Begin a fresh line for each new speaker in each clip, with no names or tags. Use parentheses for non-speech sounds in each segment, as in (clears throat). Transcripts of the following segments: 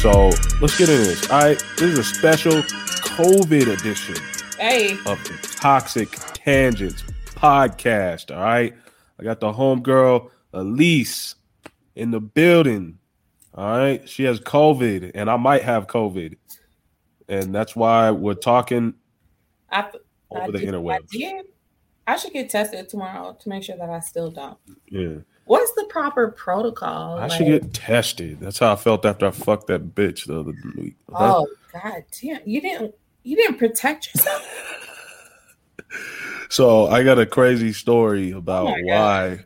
So let's get into this. All right, this is a special COVID edition
Hey,
of the Toxic Tangents podcast. All right, I got the homegirl Elise in the building. All right, she has COVID, and I might have COVID, and that's why we're talking
I, f- I
over the
did- I
interwebs.
did. I should get tested tomorrow to make sure that I still don't.
Yeah,
What's the proper protocol?
I should
Like,
get tested. That's how I felt after I fucked that bitch the other week. Huh?
Oh God, damn! You didn't. You didn't protect yourself. (laughs)
So I got a crazy story about
Oh my God.
why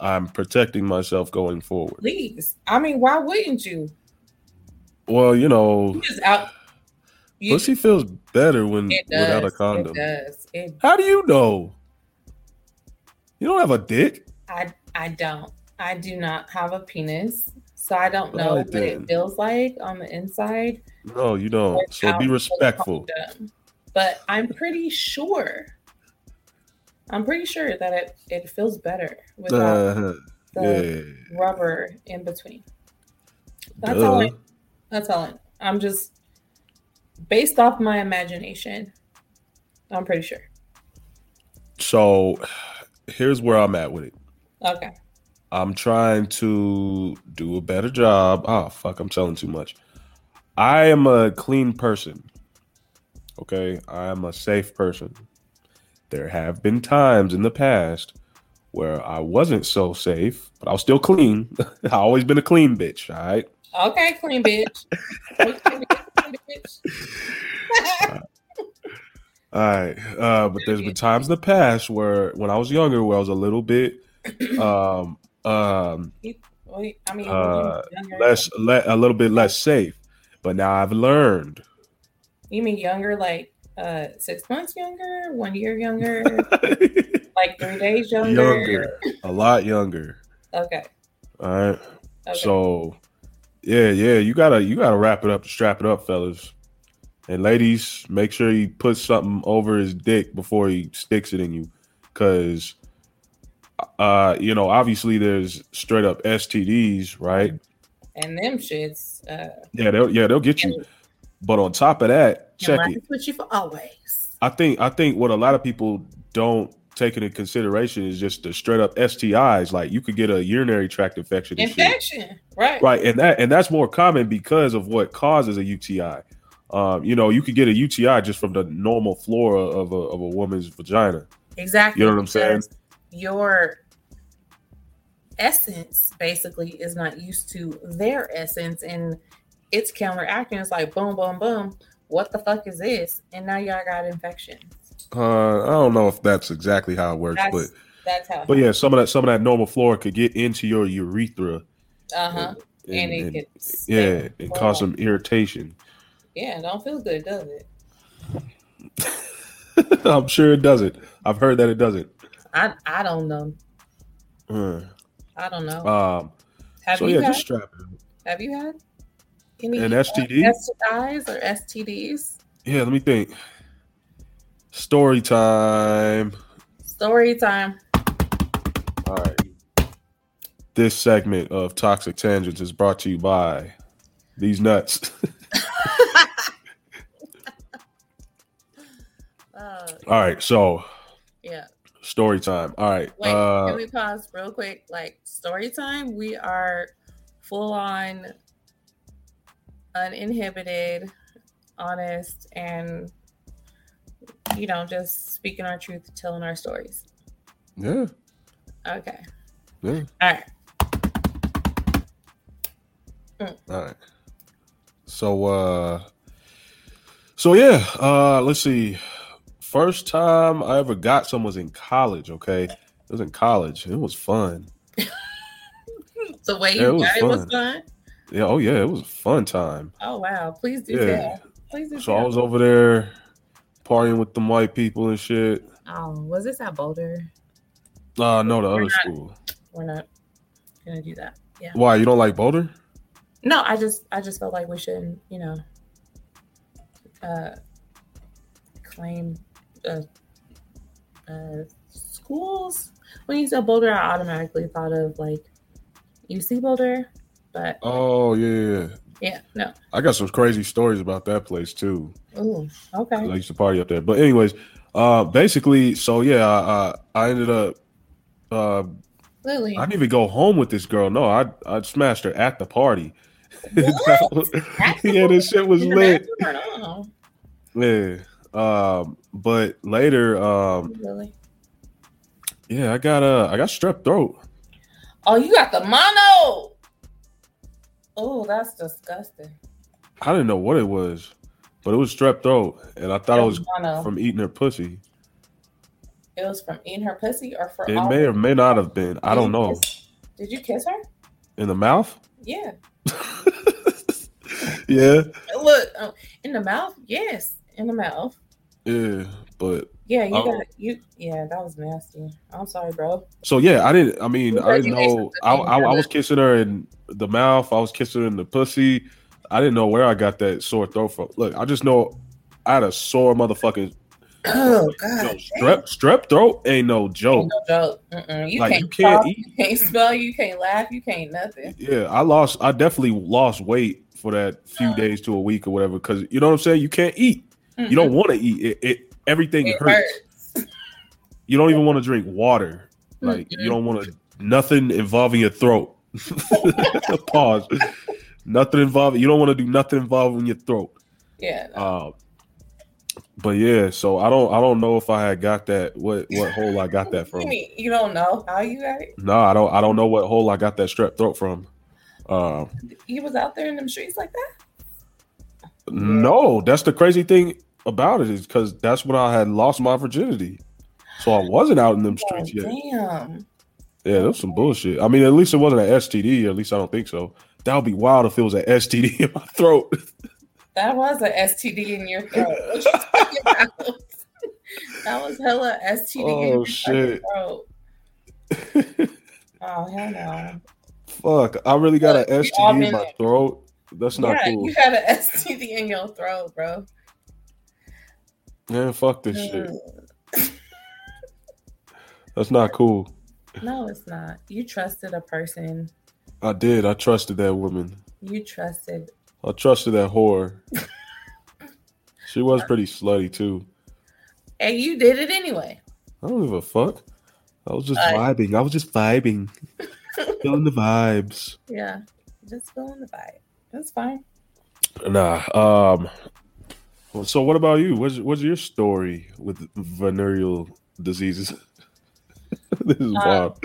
I'm protecting myself going forward.
Please. I mean, why wouldn't you?
Well, you know,
You just out. You,
pussy feels better when
it does,
without a
It
condom.
does. It,
How do you know? You don't have a dick.
I. I don't. I do not have a penis, so I don't know
Right
what
then.
it feels like on the inside.
No, you don't. So be
out
respectful.
condom. But I'm pretty sure. I'm pretty sure that it, it feels better without
Uh,
the
yeah.
rubber in between. That's all.
Duh.
I, that's all. I, I'm just based off my imagination. I'm pretty sure.
So here's where I'm at with it.
Okay.
I'm trying to do a better job. Oh fuck, I'm telling too much. I am a clean person. Okay, I am a safe person. There have been times in the past where I wasn't so safe, but I was still clean. (laughs) I always been a clean bitch, all right?
Okay, clean bitch. Okay, clean bitch.
All right. Uh, but there's been times in the past where when I was younger where I was a little bit (clears throat) um um
Wait, I mean,
Uh,
you mean younger-
less le- a little bit less safe. But now I've learned (laughs)
You mean younger, like uh, six months younger, one year younger, like three days
younger, a lot younger.
Okay.
All right.
okay.
So, yeah, yeah, you gotta you gotta wrap it up, strap it up, fellas, and ladies. Make sure he puts something over his dick before he sticks it in you, because, uh, you know, obviously there's straight up STDs, right?
and them shits. Uh,
Yeah, they'll yeah they'll get you. But on top of that, check
and
it.
life with you for always.
I think I think what a lot of people don't take into consideration is just the straight up STIs. Like you could get a urinary tract infection. and shit.
Infection, right?
Right, and that and that's more common because of what causes a UTI. Um, you know, you could get a UTI just from the normal flora of a of a woman's vagina.
Exactly.
You know what I'm saying?
because Your essence basically is not used to their essence, and it's counteracting. It's like boom, boom, boom. What the fuck is this? And now y'all got infections.
Uh, I don't know if that's exactly how it works,
That's
but
that's how.
but yeah, some of that some of that normal flora could get into your urethra.
Uh huh.
And,
And, it
and-
gets
yeah, and cause
Wow.
some irritation. (laughs)
yeah. Don't feel good, does it?
I'm sure it doesn't. I've heard that it doesn't.
I I don't know.
Uh,
I don't know.
um,
Oh. have
so
you
yeah,
had?
just strap it.
have you had any
An STD?
STIs or STDs?
Yeah, let me think. Story time.
Story time.
All right. This segment of Toxic Tangents is brought to you by these nuts. (laughs)
Uh,
All right, so
yeah.
story time. All right.
Wait,
uh,
can we pause real quick? Like story time. We are full on, uninhibited, honest, and you know, just speaking our truth, telling our stories.
yeah,
Okay.
yeah.
All right. (laughs)
All right. So uh so yeah, uh let's see. First time I ever got some was in college, okay? It was in college. It was fun.
The way
Yeah, it
you
was
got it was
fun.
fun.
Yeah, oh yeah, it was a fun time.
Oh wow! Please do
Yeah.
tell. Please do
So
tell.
I was over there partying with them white people and shit.
Oh, was this at Boulder?
Uh no, the
We're
other
not-
school.
We're not gonna do that. Yeah.
Why you don't like Boulder?
No, I just I just felt like we shouldn't, you know, uh, claim uh, uh, schools. When you said Boulder, I automatically thought of like UC Boulder, but
Oh yeah, yeah, yeah.
Yeah, no.
I got some crazy stories about that place too.
Ooh, okay.
'cause I used to party up there. But anyways, uh, basically, so yeah, I, I I ended up. Uh,
Lily.
I didn't even go home with this girl. No, I I smashed her at the party. (laughs)
What?
yeah, this shit was
You're
lit.
mad at her? No,
Yeah. Um, but later, um,
Lily.
yeah, I got uh, I got strep throat.
Oh, you got the mono. Oh, that's disgusting.
I didn't know what it was, but it was strep throat, and I thought it was
mono.
from eating her pussy.
it was from eating her pussy or for
It
all-
may or may not have been. I
Did
don't
you
know.
kiss- Did you kiss her?
In the mouth?
Yeah.
Yeah.
Look, um, in the mouth. Yes, in the mouth.
Yeah. But
Yeah, you
Oh.
got you. Yeah, that was nasty. I'm sorry, bro.
so yeah, I didn't. I mean, I didn't know. I, I, I was kissing her in the mouth. I was kissing her in the pussy. I didn't know where I got that sore throat from. Look, I just know I had a sore motherfucking
Oh
yo,
(clears throat) God,
strep. Strep throat ain't no
Ain't
joke.
no joke. Mm-mm. You
like
can't
you can't
talk,
eat.
you can't smell, you can't laugh, you can't nothing.
Yeah, I lost. I definitely lost weight for that few
Uh.
days to a week or whatever. Because you know what I'm saying. You can't eat. You don't want to eat. It, it everything
It
hurts.
hurts.
You don't even want to drink water. Like
Mhm.
you don't want to nothing involving your throat. (laughs) Pause. nothing involving. You don't want to do nothing involving your throat.
Yeah. no.
Uh, but yeah, so I don't. I don't know if I had got that. What what hole I got that
You
from?
mean you don't know how you got it?
No, I don't. I don't know what hole I got that strep throat from. Uh,
You was out there in them streets like that?
No, that's the crazy thing about it is because that's when I had lost my virginity. So I wasn't out in them
Oh,
streets yet.
damn.
Yeah, that was some bullshit. I mean, at least it wasn't an STD. At least I don't think so. That would be wild if it was an STD (laughs) in my throat.
(laughs) That was a STD
(laughs)
in your throat. (laughs) What you talking about? that was hella STD in
Oh,
your
shit.
fucking throat. Oh hell no.
Fuck, I really got an
Look, we all
STD in
been
my
there.
throat. That's not
yeah,
cool.
you had (laughs) an STD in your throat, bro.
Man, fuck this shit.
Mm.
That's not cool.
No, it's not. You trusted a person.
I did. I trusted that woman.
You trusted.
I trusted that
(laughs)
whore. she was pretty slutty too.
And you did it anyway.
I don't give a fuck. I was just
Uh,
vibing. I was just
(laughs)
vibing. Feeling the vibes.
Yeah. Just feeling the vibe. That's fine.
Nah. Um so what about you? What's what's your story with venereal diseases? (laughs) this is
Uh,
wild.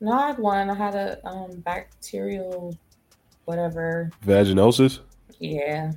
No, I had one. I had a um bacterial whatever.
Vaginosis?
Yeah.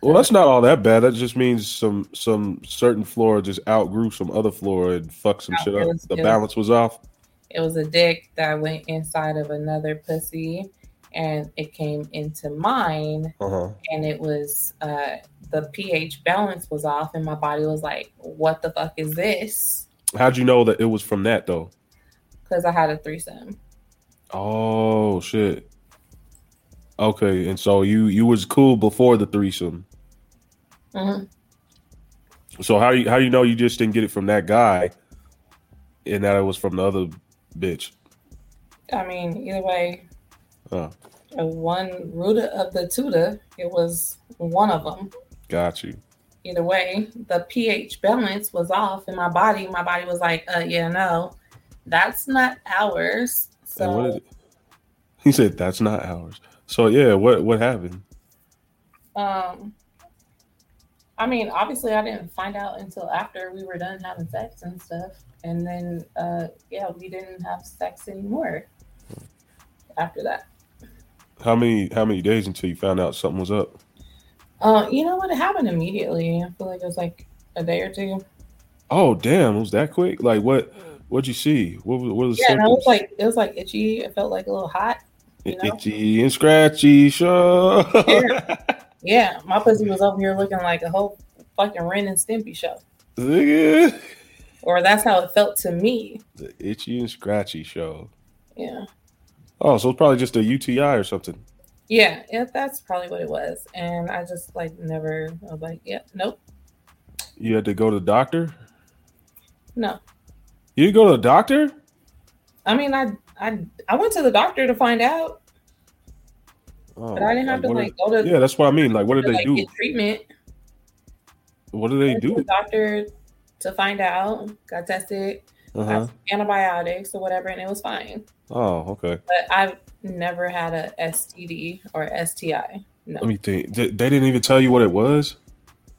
Well, that's not all that bad. That just means some some certain flora just outgrew some other flora and fucked some shit up.
Outgrew,
The
yeah.
balance was off.
It was a dick that went inside of another pussy and it came into mine
Uh-huh.
and it was uh the pH balance was off and my body was like, What the fuck is this?
How'd you know that it was from that though?
Because I had a threesome.
Oh shit. Okay, and so you you was cool before the threesome.
Mhm.
So how do you how do you know you just didn't get it from that guy, and that it was from the other bitch?
I mean, either way,
Oh,
uh, one rooter of the tutor, it was one of them.
got you.
either way the ph balance was off in my body my body was like uh yeah no that's not ours
and what
so
is it? He said that's not ours. So yeah, what what happened?
um i mean obviously i didn't find out until after we were done having sex and stuff and then uh yeah we didn't have sex anymore after that
How many how many days until you found out something was up?
uh you know what it happened immediately i feel like it was like a day or two
Oh damn, it was that quick? Like what what'd you see? What was what was the
yeah and i was
symptoms?
like it was like itchy it felt like a little hot you know?
Itchy and scratchy, sure. (laughs)
yeah my pussy was over here looking like a whole fucking ren and stimpy show
Nigga.
or that's how it felt to me.
The itchy and scratchy show.
Yeah.
Oh, so it's probably just a UTI or something.
Yeah, yeah, that's probably what it was. And I just like never I was like, yeah, nope,
You had to go to the doctor.
no.
You didn't go to the doctor?
I mean I I I went to the doctor to find out.
Oh,
But I didn't have to
what
like
are-
go to,
yeah, that's what I mean. Like, what did
to,
they
like,
do?
get treatment.
What do they
Went to the
do?
doctor to find out. Got tested, got
Uh-huh.
some antibiotics or whatever, and it was fine.
Oh, okay.
But I've never had a STD or STI. No,
Let me think. They, they didn't even tell you what it was.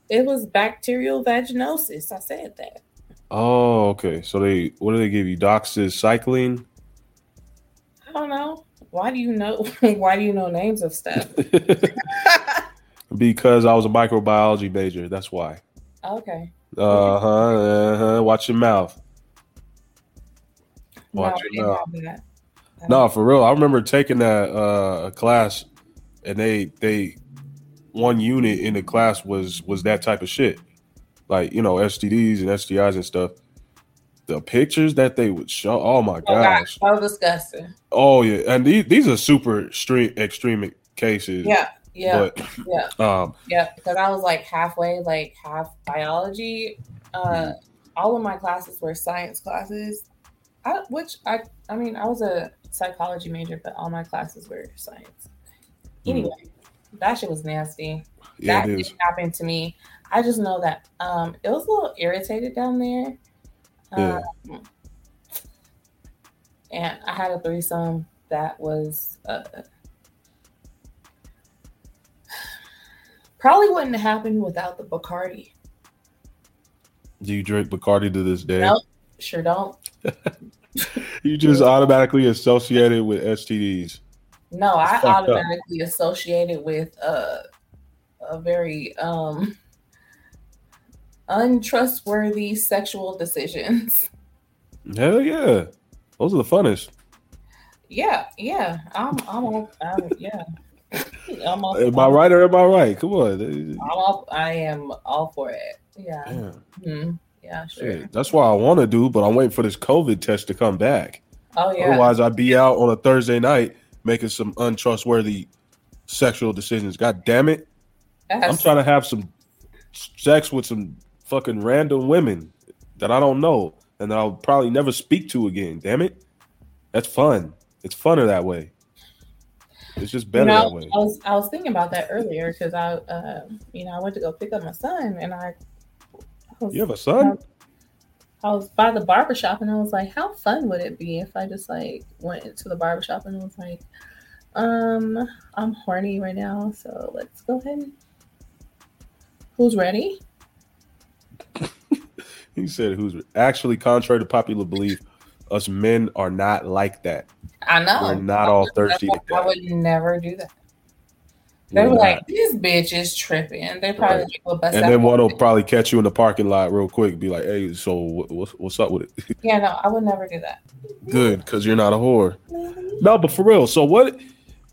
it was bacterial vaginosis. I said that.
Oh, okay. So they what do they give you? Doxis, cycling.
I don't know. Why do you know? (laughs) Why do you know names of stuff?
(laughs) (laughs) because I was a microbiology major. That's why.
okay.
Uh huh. Uh-huh. Watch your mouth.
no,
Watch
I
it
didn't
now.
have that. I
No,
don't-
for real. I remember taking that uh, a class, and they they one unit in the class was was that type of shit, like you know STDs and STIs and stuff. The pictures that they would show, oh my
Oh, God,
gosh,
so disgusting.
oh yeah, and these, these are super extreme extreme cases.
Yeah, yeah,
but
yeah,
um,
yeah. Because I was like halfway, like half biology. Uh, all of my classes were science classes, I, which I, I mean, I was a psychology major, but all my classes were science.
Hmm.
Anyway, that shit was nasty.
mm, yeah,
that
it is.
didn't happen to me. I just know that um, it was a little irritated down there.
Yeah.
Um, and I had a threesome that was uh, probably wouldn't have happened without the Bacardi.
Do you drink Bacardi to this day?
Nope. Sure don't.
You just automatically associated with STDs.
No, I
It's fucked up.
automatically associated with uh, a very um, untrustworthy sexual decisions.
Hell yeah, those are the funnest.
Yeah, yeah. I'm I'm all I'm, yeah. I'm all,
Am I right or am I right? Come on.
I'm all I am all for it. Yeah.
Damn.
Mhm. Yeah, sure.
Shit, that's what I want to do, but I'm waiting for this COVID test to come back.
Oh yeah.
Otherwise, I'd be out on a Thursday night making some untrustworthy sexual decisions. God damn it. I'm
That's-
trying to have some sex with some fucking random women that I don't know and that I'll probably never speak to again. Damn it. That's fun. It's funner that way. It's just better
you know,
that way.
I was I was thinking about that earlier because I uh, you know I went to go pick up my son and I I was,
You have a son?
I was by the barber shop and I was like how fun would it be if I just like went to the barber shop and was like um I'm horny right now so let's go ahead and who's ready
He said, who's actually contrary to popular belief, us men are not like that.
I know.
We're not all thirsty
I,
to death.
would never do that. They were
We're
like,
not.
this bitch is tripping. They probably
Right.
like, well, bust
and
out
then
my
one will
dick.
probably catch you in the parking lot real quick, be like, "Hey, so wha- what's what's up with it?" (laughs)
Yeah, no, I would never do that.
Good, because you're not a whore. No, but for real. So what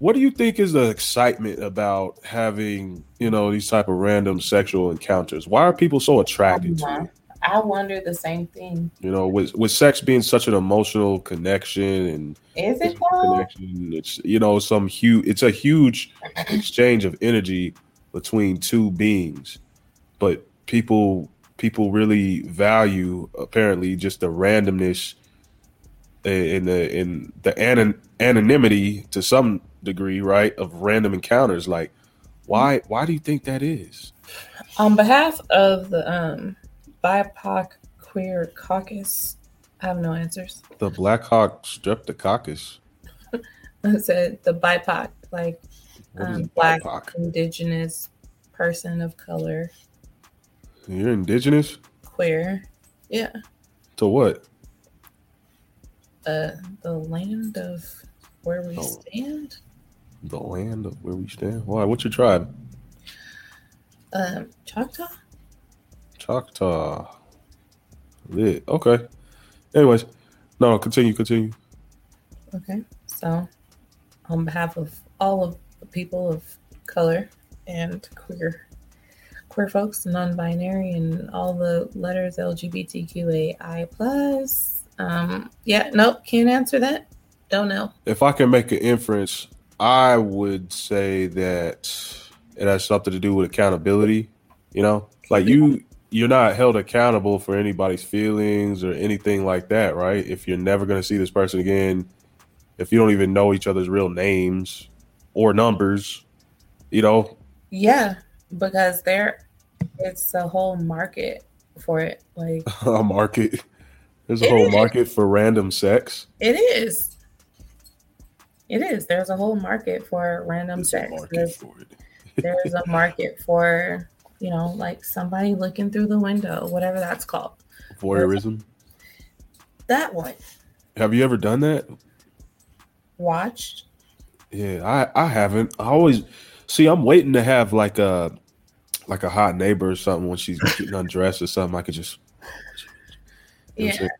what do you think is the excitement about having you know these type of random sexual encounters? Why are people so attracted
Mm-hmm.
to it?
Uh-huh. I wonder the same thing.
You know, with with sex being such an emotional connection and
Is it
physical
though?
connection. It's you know some huge. It's a huge exchange of energy between two beings, but people people really value apparently just the randomness and the in the anon- anonymity to some degree, right? Of random encounters, like why why do you think that is?
On behalf of the um, BIPOC Queer Caucus, I have no answers. (laughs)
The Black Hawk Streptococcus.
I said the BIPOC, like
What is
Um,
a
black.
BIPOC?
Indigenous person of color,
You're indigenous
queer,
to what?
uh, the land of where we
Oh.
stand.
The land of where we stand. Why? What's your tribe?
Um, Choctaw?
Choctaw. Lit. Okay. Anyways, no, continue, continue.
Okay. So, on behalf of all of the people of color and queer, queer folks, non-binary, and all the letters LGBTQAI plus, um, yeah, nope, can't answer that. Don't know.
If I can make an inference, I would say that it has something to do with accountability. You know, like you, you're not held accountable for anybody's feelings or anything like that, right? If you're never going to see this person again, if you don't even know each other's real names, or numbers, you know. (laughs)
Yeah, because there, it's a whole market for it. Like
(sighs) a market. There's a whole
is.
market for random sex.
it is. It is. There's a whole market for random
There's a
sex.
market
There's,
for it.
there's a market for you know like somebody looking through the window, whatever that's called.
Voyeurism.
That one
Have you ever done that?
watched.
Yeah, I I haven't. I always see. I'm waiting to have like a like a hot neighbor or something when she's getting undressed or something. I could just you know what I'm
Yeah,
saying?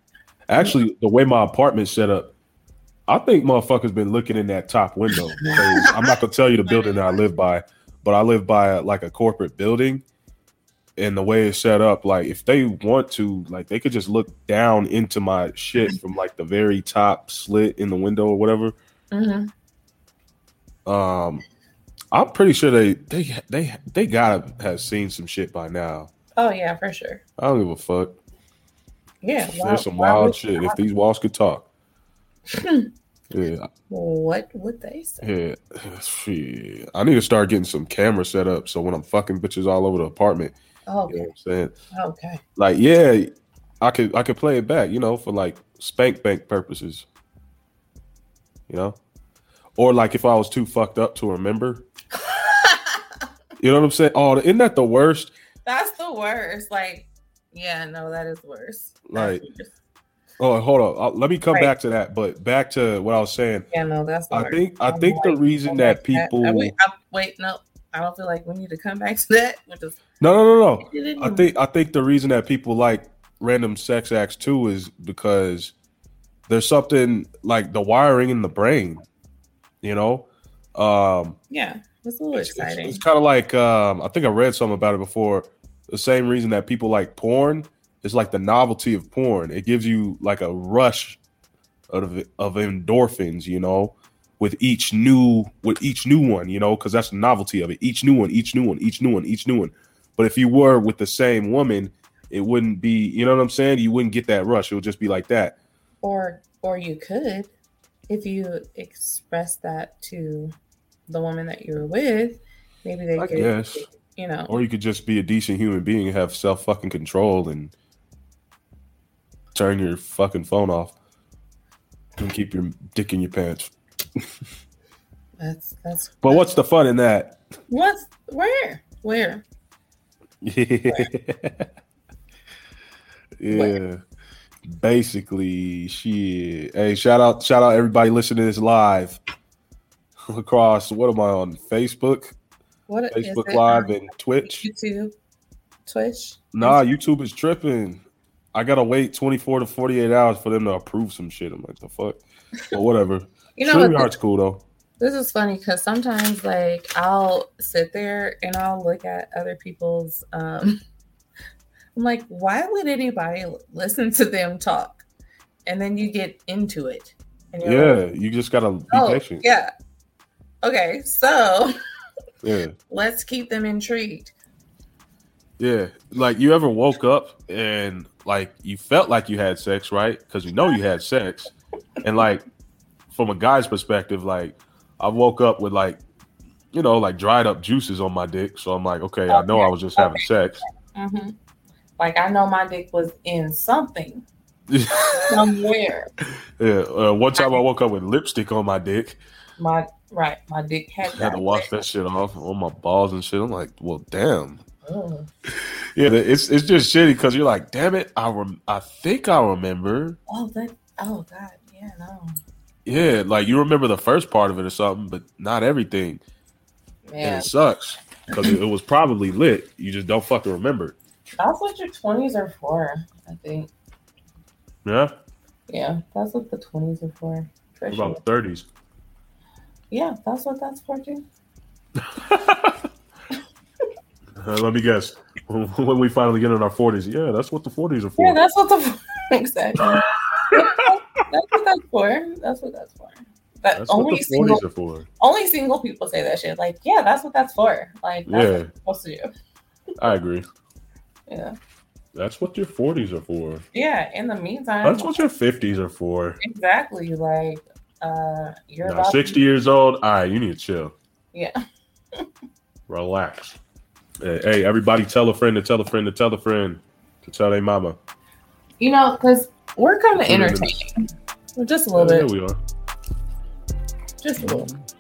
Actually, the way my apartment's set up, I think motherfuckers been looking in that top window. 'Cause I'm not gonna tell you the building that I live by, but I live by a, like a corporate building, and the way it's set up, like if they want to, like they could just look down into my shit from like the very top slit in the window or whatever.
hmm
Um, I'm pretty sure they they they they gotta have seen some shit by now.
Oh yeah, for sure.
I don't give a fuck.
Yeah, why-
There's some
why
wild
would-
shit. If these walls could
(laughs)
talk, yeah,
What would they say?
yeah, shit. I need to start getting some camera set up so when I'm fucking bitches all over the apartment,
Oh,
you know what I'm saying?
okay.
Like, yeah, I could I could play it back, you know, for like spank bank purposes, you know, or like if I was too fucked up to
(laughs)
remember. You know what I'm saying? Oh, isn't that the worst?
That's the worst. Like, yeah, no, that is worse.
Like, Oh, hold on. Uh, let me come
Right.
back to that. But back to what I was saying.
yeah, no, that's. The
I
worst.
think I
I'm
think the
like, oh
reason
I
that
like
people
I-
no
wait, I- wait, no, I don't feel like we need to come back to that. Which is,
no no no. I think I think the reason that people like random sex acts too is because there's something like the wiring in the brain. You know, um,
yeah, it's a little
it's,
exciting.
kind of like um, I think I read something about it before. The same reason that people like porn is like the novelty of porn. It gives you like a rush of of endorphins, you know, with each new with each new one, you know, because that's the novelty of it. Each new one, each new one, each new one, each new one. But if you were with the same woman, it wouldn't be. You know what I'm saying? You wouldn't get that rush. It would just be like that.
or, or you could, if you express that to the woman that you were with, maybe they
I
could,
guess.
you know,
Or you could just be a decent human being and have self fucking control and turn your fucking phone off and keep your dick in your pants.
that's that's.
But what's the fun in that? (laughs)
What's where? Where?
yeah. Basically, shit. Hey, shout out, shout out everybody listening to this live (laughs) across. What am I on? Facebook,
What is
Facebook
it? Um,
Live, and Twitch.
YouTube, Twitch.
Nah, YouTube is tripping. I gotta wait 24 to 48 hours for them to approve some shit. I'm like, the fuck? But whatever.
(laughs) You know what?
StreamYard's cool though.
This is funny because sometimes, like, I'll sit there and I'll look at other people's. Um, (laughs) I'm like, why would anybody l- listen to them talk? And then you get into it, and you're like,
Yeah, you just gotta be
oh,
patient.
yeah, okay, so (laughs)
Yeah.
let's keep them intrigued.
Yeah. Like you ever woke up and like you felt like you had sex, right? Because you know you had sex. And like from a guy's perspective, like I woke up with like, you know, like dried up juices on my dick. So I'm like, okay, I know I was just having sex. (laughs)
hmm Like, I know my dick was in something
yeah.
somewhere.
Uh, one time I woke up with lipstick on my dick.
my right, my dick
(laughs)
had,
had to
that.
wash that shit off on my balls and shit. I'm like, well, damn.
Oh.
Yeah, it's it's just shitty because you're like, damn it, I rem- I think I remember.
Oh, that. Oh, God. Yeah, no.
Yeah, like you remember the first part of it or something, but not everything, and
Man,
it sucks because it, it was probably lit. You just don't fucking remember.
that's what your twenties are for. I think.
Yeah,
Yeah, that's what the twenties are for. For
what
sure.
about thirties? (laughs)
Yeah, that's what that's for too.
Uh, let me guess. (laughs) When we finally get in our forties, yeah, that's what the forties are for.
Yeah, that's what the (laughs)
(laughs)
exactly. that's what that's for. That's what that's for. That
that's what
only
the
single
forties are for.
only single people say that shit. Like, yeah, that's what that's for. Like, that's
(laughs) Yeah,
what you're supposed to do.
I agree.
Yeah,
That's what your forties are for.
yeah. In the meantime,
That's what your fifties are for.
exactly like uh, you're
Nah,
about to-
60 years old. All right, you need to chill.
Yeah.
(laughs) Relax. Hey, hey, everybody, tell a friend to tell a friend to tell a friend to tell their mama.
You know, because we're kind of
Put it in the-
entertaining. Just a little
Yeah,
bit.
we are.
Just a little.